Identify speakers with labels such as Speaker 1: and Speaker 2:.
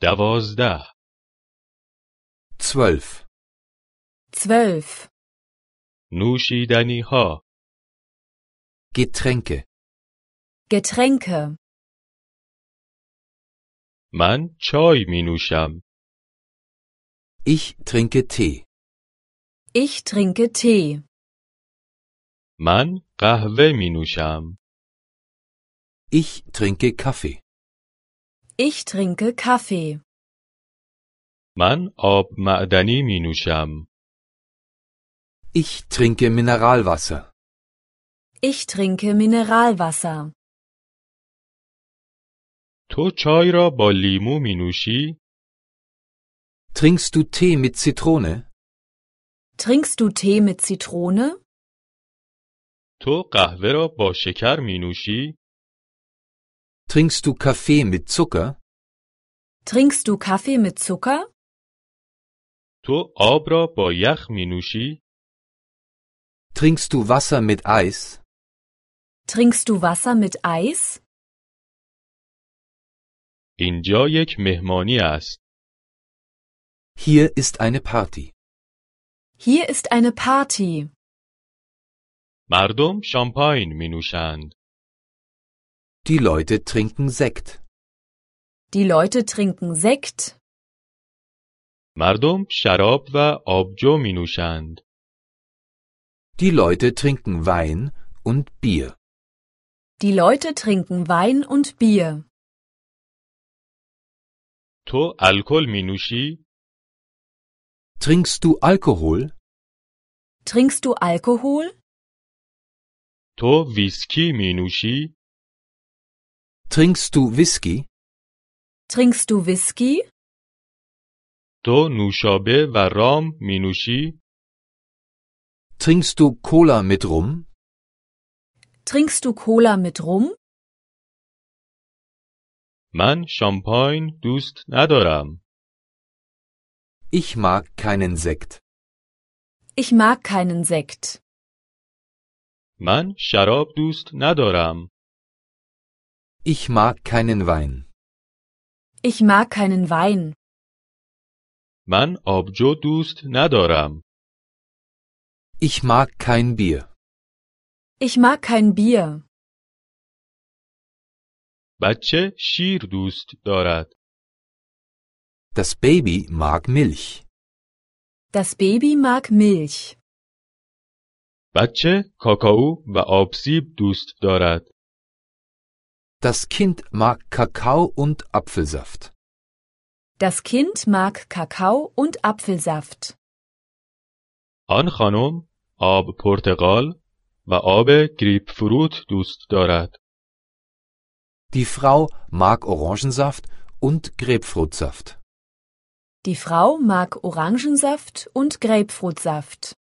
Speaker 1: دوازده
Speaker 2: zwölf,
Speaker 3: zwölf,
Speaker 1: نوشیدنی ها
Speaker 2: Getränke,
Speaker 3: Getränke.
Speaker 1: من چای می نوشم
Speaker 2: ich trinke Tee,
Speaker 3: Ich trinke Tee.
Speaker 1: من قهوه می نوشم
Speaker 2: ich trinke Kaffee,
Speaker 3: Ich trinke Kaffee.
Speaker 1: من آب معدنی می نوشم
Speaker 2: ich trinke Mineralwasser,
Speaker 3: Ich trinke Mineralwasser.
Speaker 1: تو چای را با لیمو می نوشی؟
Speaker 2: trinkst du Tee mit Zitrone,
Speaker 3: Trinkst du Tee mit Zitrone?
Speaker 1: تو قهوه را با شکر می نوشی؟
Speaker 2: trinkst du Kaffee mit Zucker,
Speaker 3: Trinkst du Kaffee mit Zucker?
Speaker 1: تو آب را با یخ می نوشی؟
Speaker 2: trinkst du Wasser mit Eis,
Speaker 3: Trinkst du Wasser mit Eis?
Speaker 1: اینجا یک مهمانی است.
Speaker 2: hier ist eine Party.
Speaker 3: Hier ist eine Party.
Speaker 1: مردم شامپاین می نوشند.
Speaker 2: Die Leute trinken Sekt,
Speaker 3: Die Leute trinken Sekt.
Speaker 1: مردم شراب و آبجو می نوشند.
Speaker 2: die Leute trinken Wein und Bier.
Speaker 3: Die Leute trinken Wein und Bier.
Speaker 1: تو الکل می نوشی؟
Speaker 2: Trinkst du Alkohol?
Speaker 3: Trinkst du Alkohol?
Speaker 1: تو ویسکی می نوشی؟
Speaker 2: Trinkst du Whisky?
Speaker 3: Trinkst du Whisky?
Speaker 1: تو نوشابه و رام می نوشی؟
Speaker 2: Trinkst du Cola mit Rum?
Speaker 3: Trinkst du Cola mit Rum?
Speaker 1: من شامپاین دوست ندارم.
Speaker 2: Ich mag keinen Sekt.
Speaker 3: Ich mag keinen Sekt.
Speaker 1: من شراب دوست ندارم.
Speaker 2: Ich mag keinen Wein.
Speaker 3: Ich mag keinen Wein.
Speaker 1: من آبجو دوست ندارم.
Speaker 2: Ich mag kein Bier.
Speaker 3: Ich mag kein Bier.
Speaker 1: بچه شیر دوست دارد.
Speaker 2: Das Baby mag Milch.
Speaker 3: Das Baby mag Milch.
Speaker 1: بچه کاکائو و آبسیب دوست دارد.
Speaker 2: Das Kind mag Kakao und Apfelsaft.
Speaker 3: Das Kind mag Kakao und Apfelsaft.
Speaker 1: آن خانم آب پرتقال و آب گریپ فروت دوست دارد.
Speaker 2: Die Frau mag Orangensaft und Grapefruitsaft.
Speaker 3: Die Frau mag Orangensaft und Grapefruitsaft.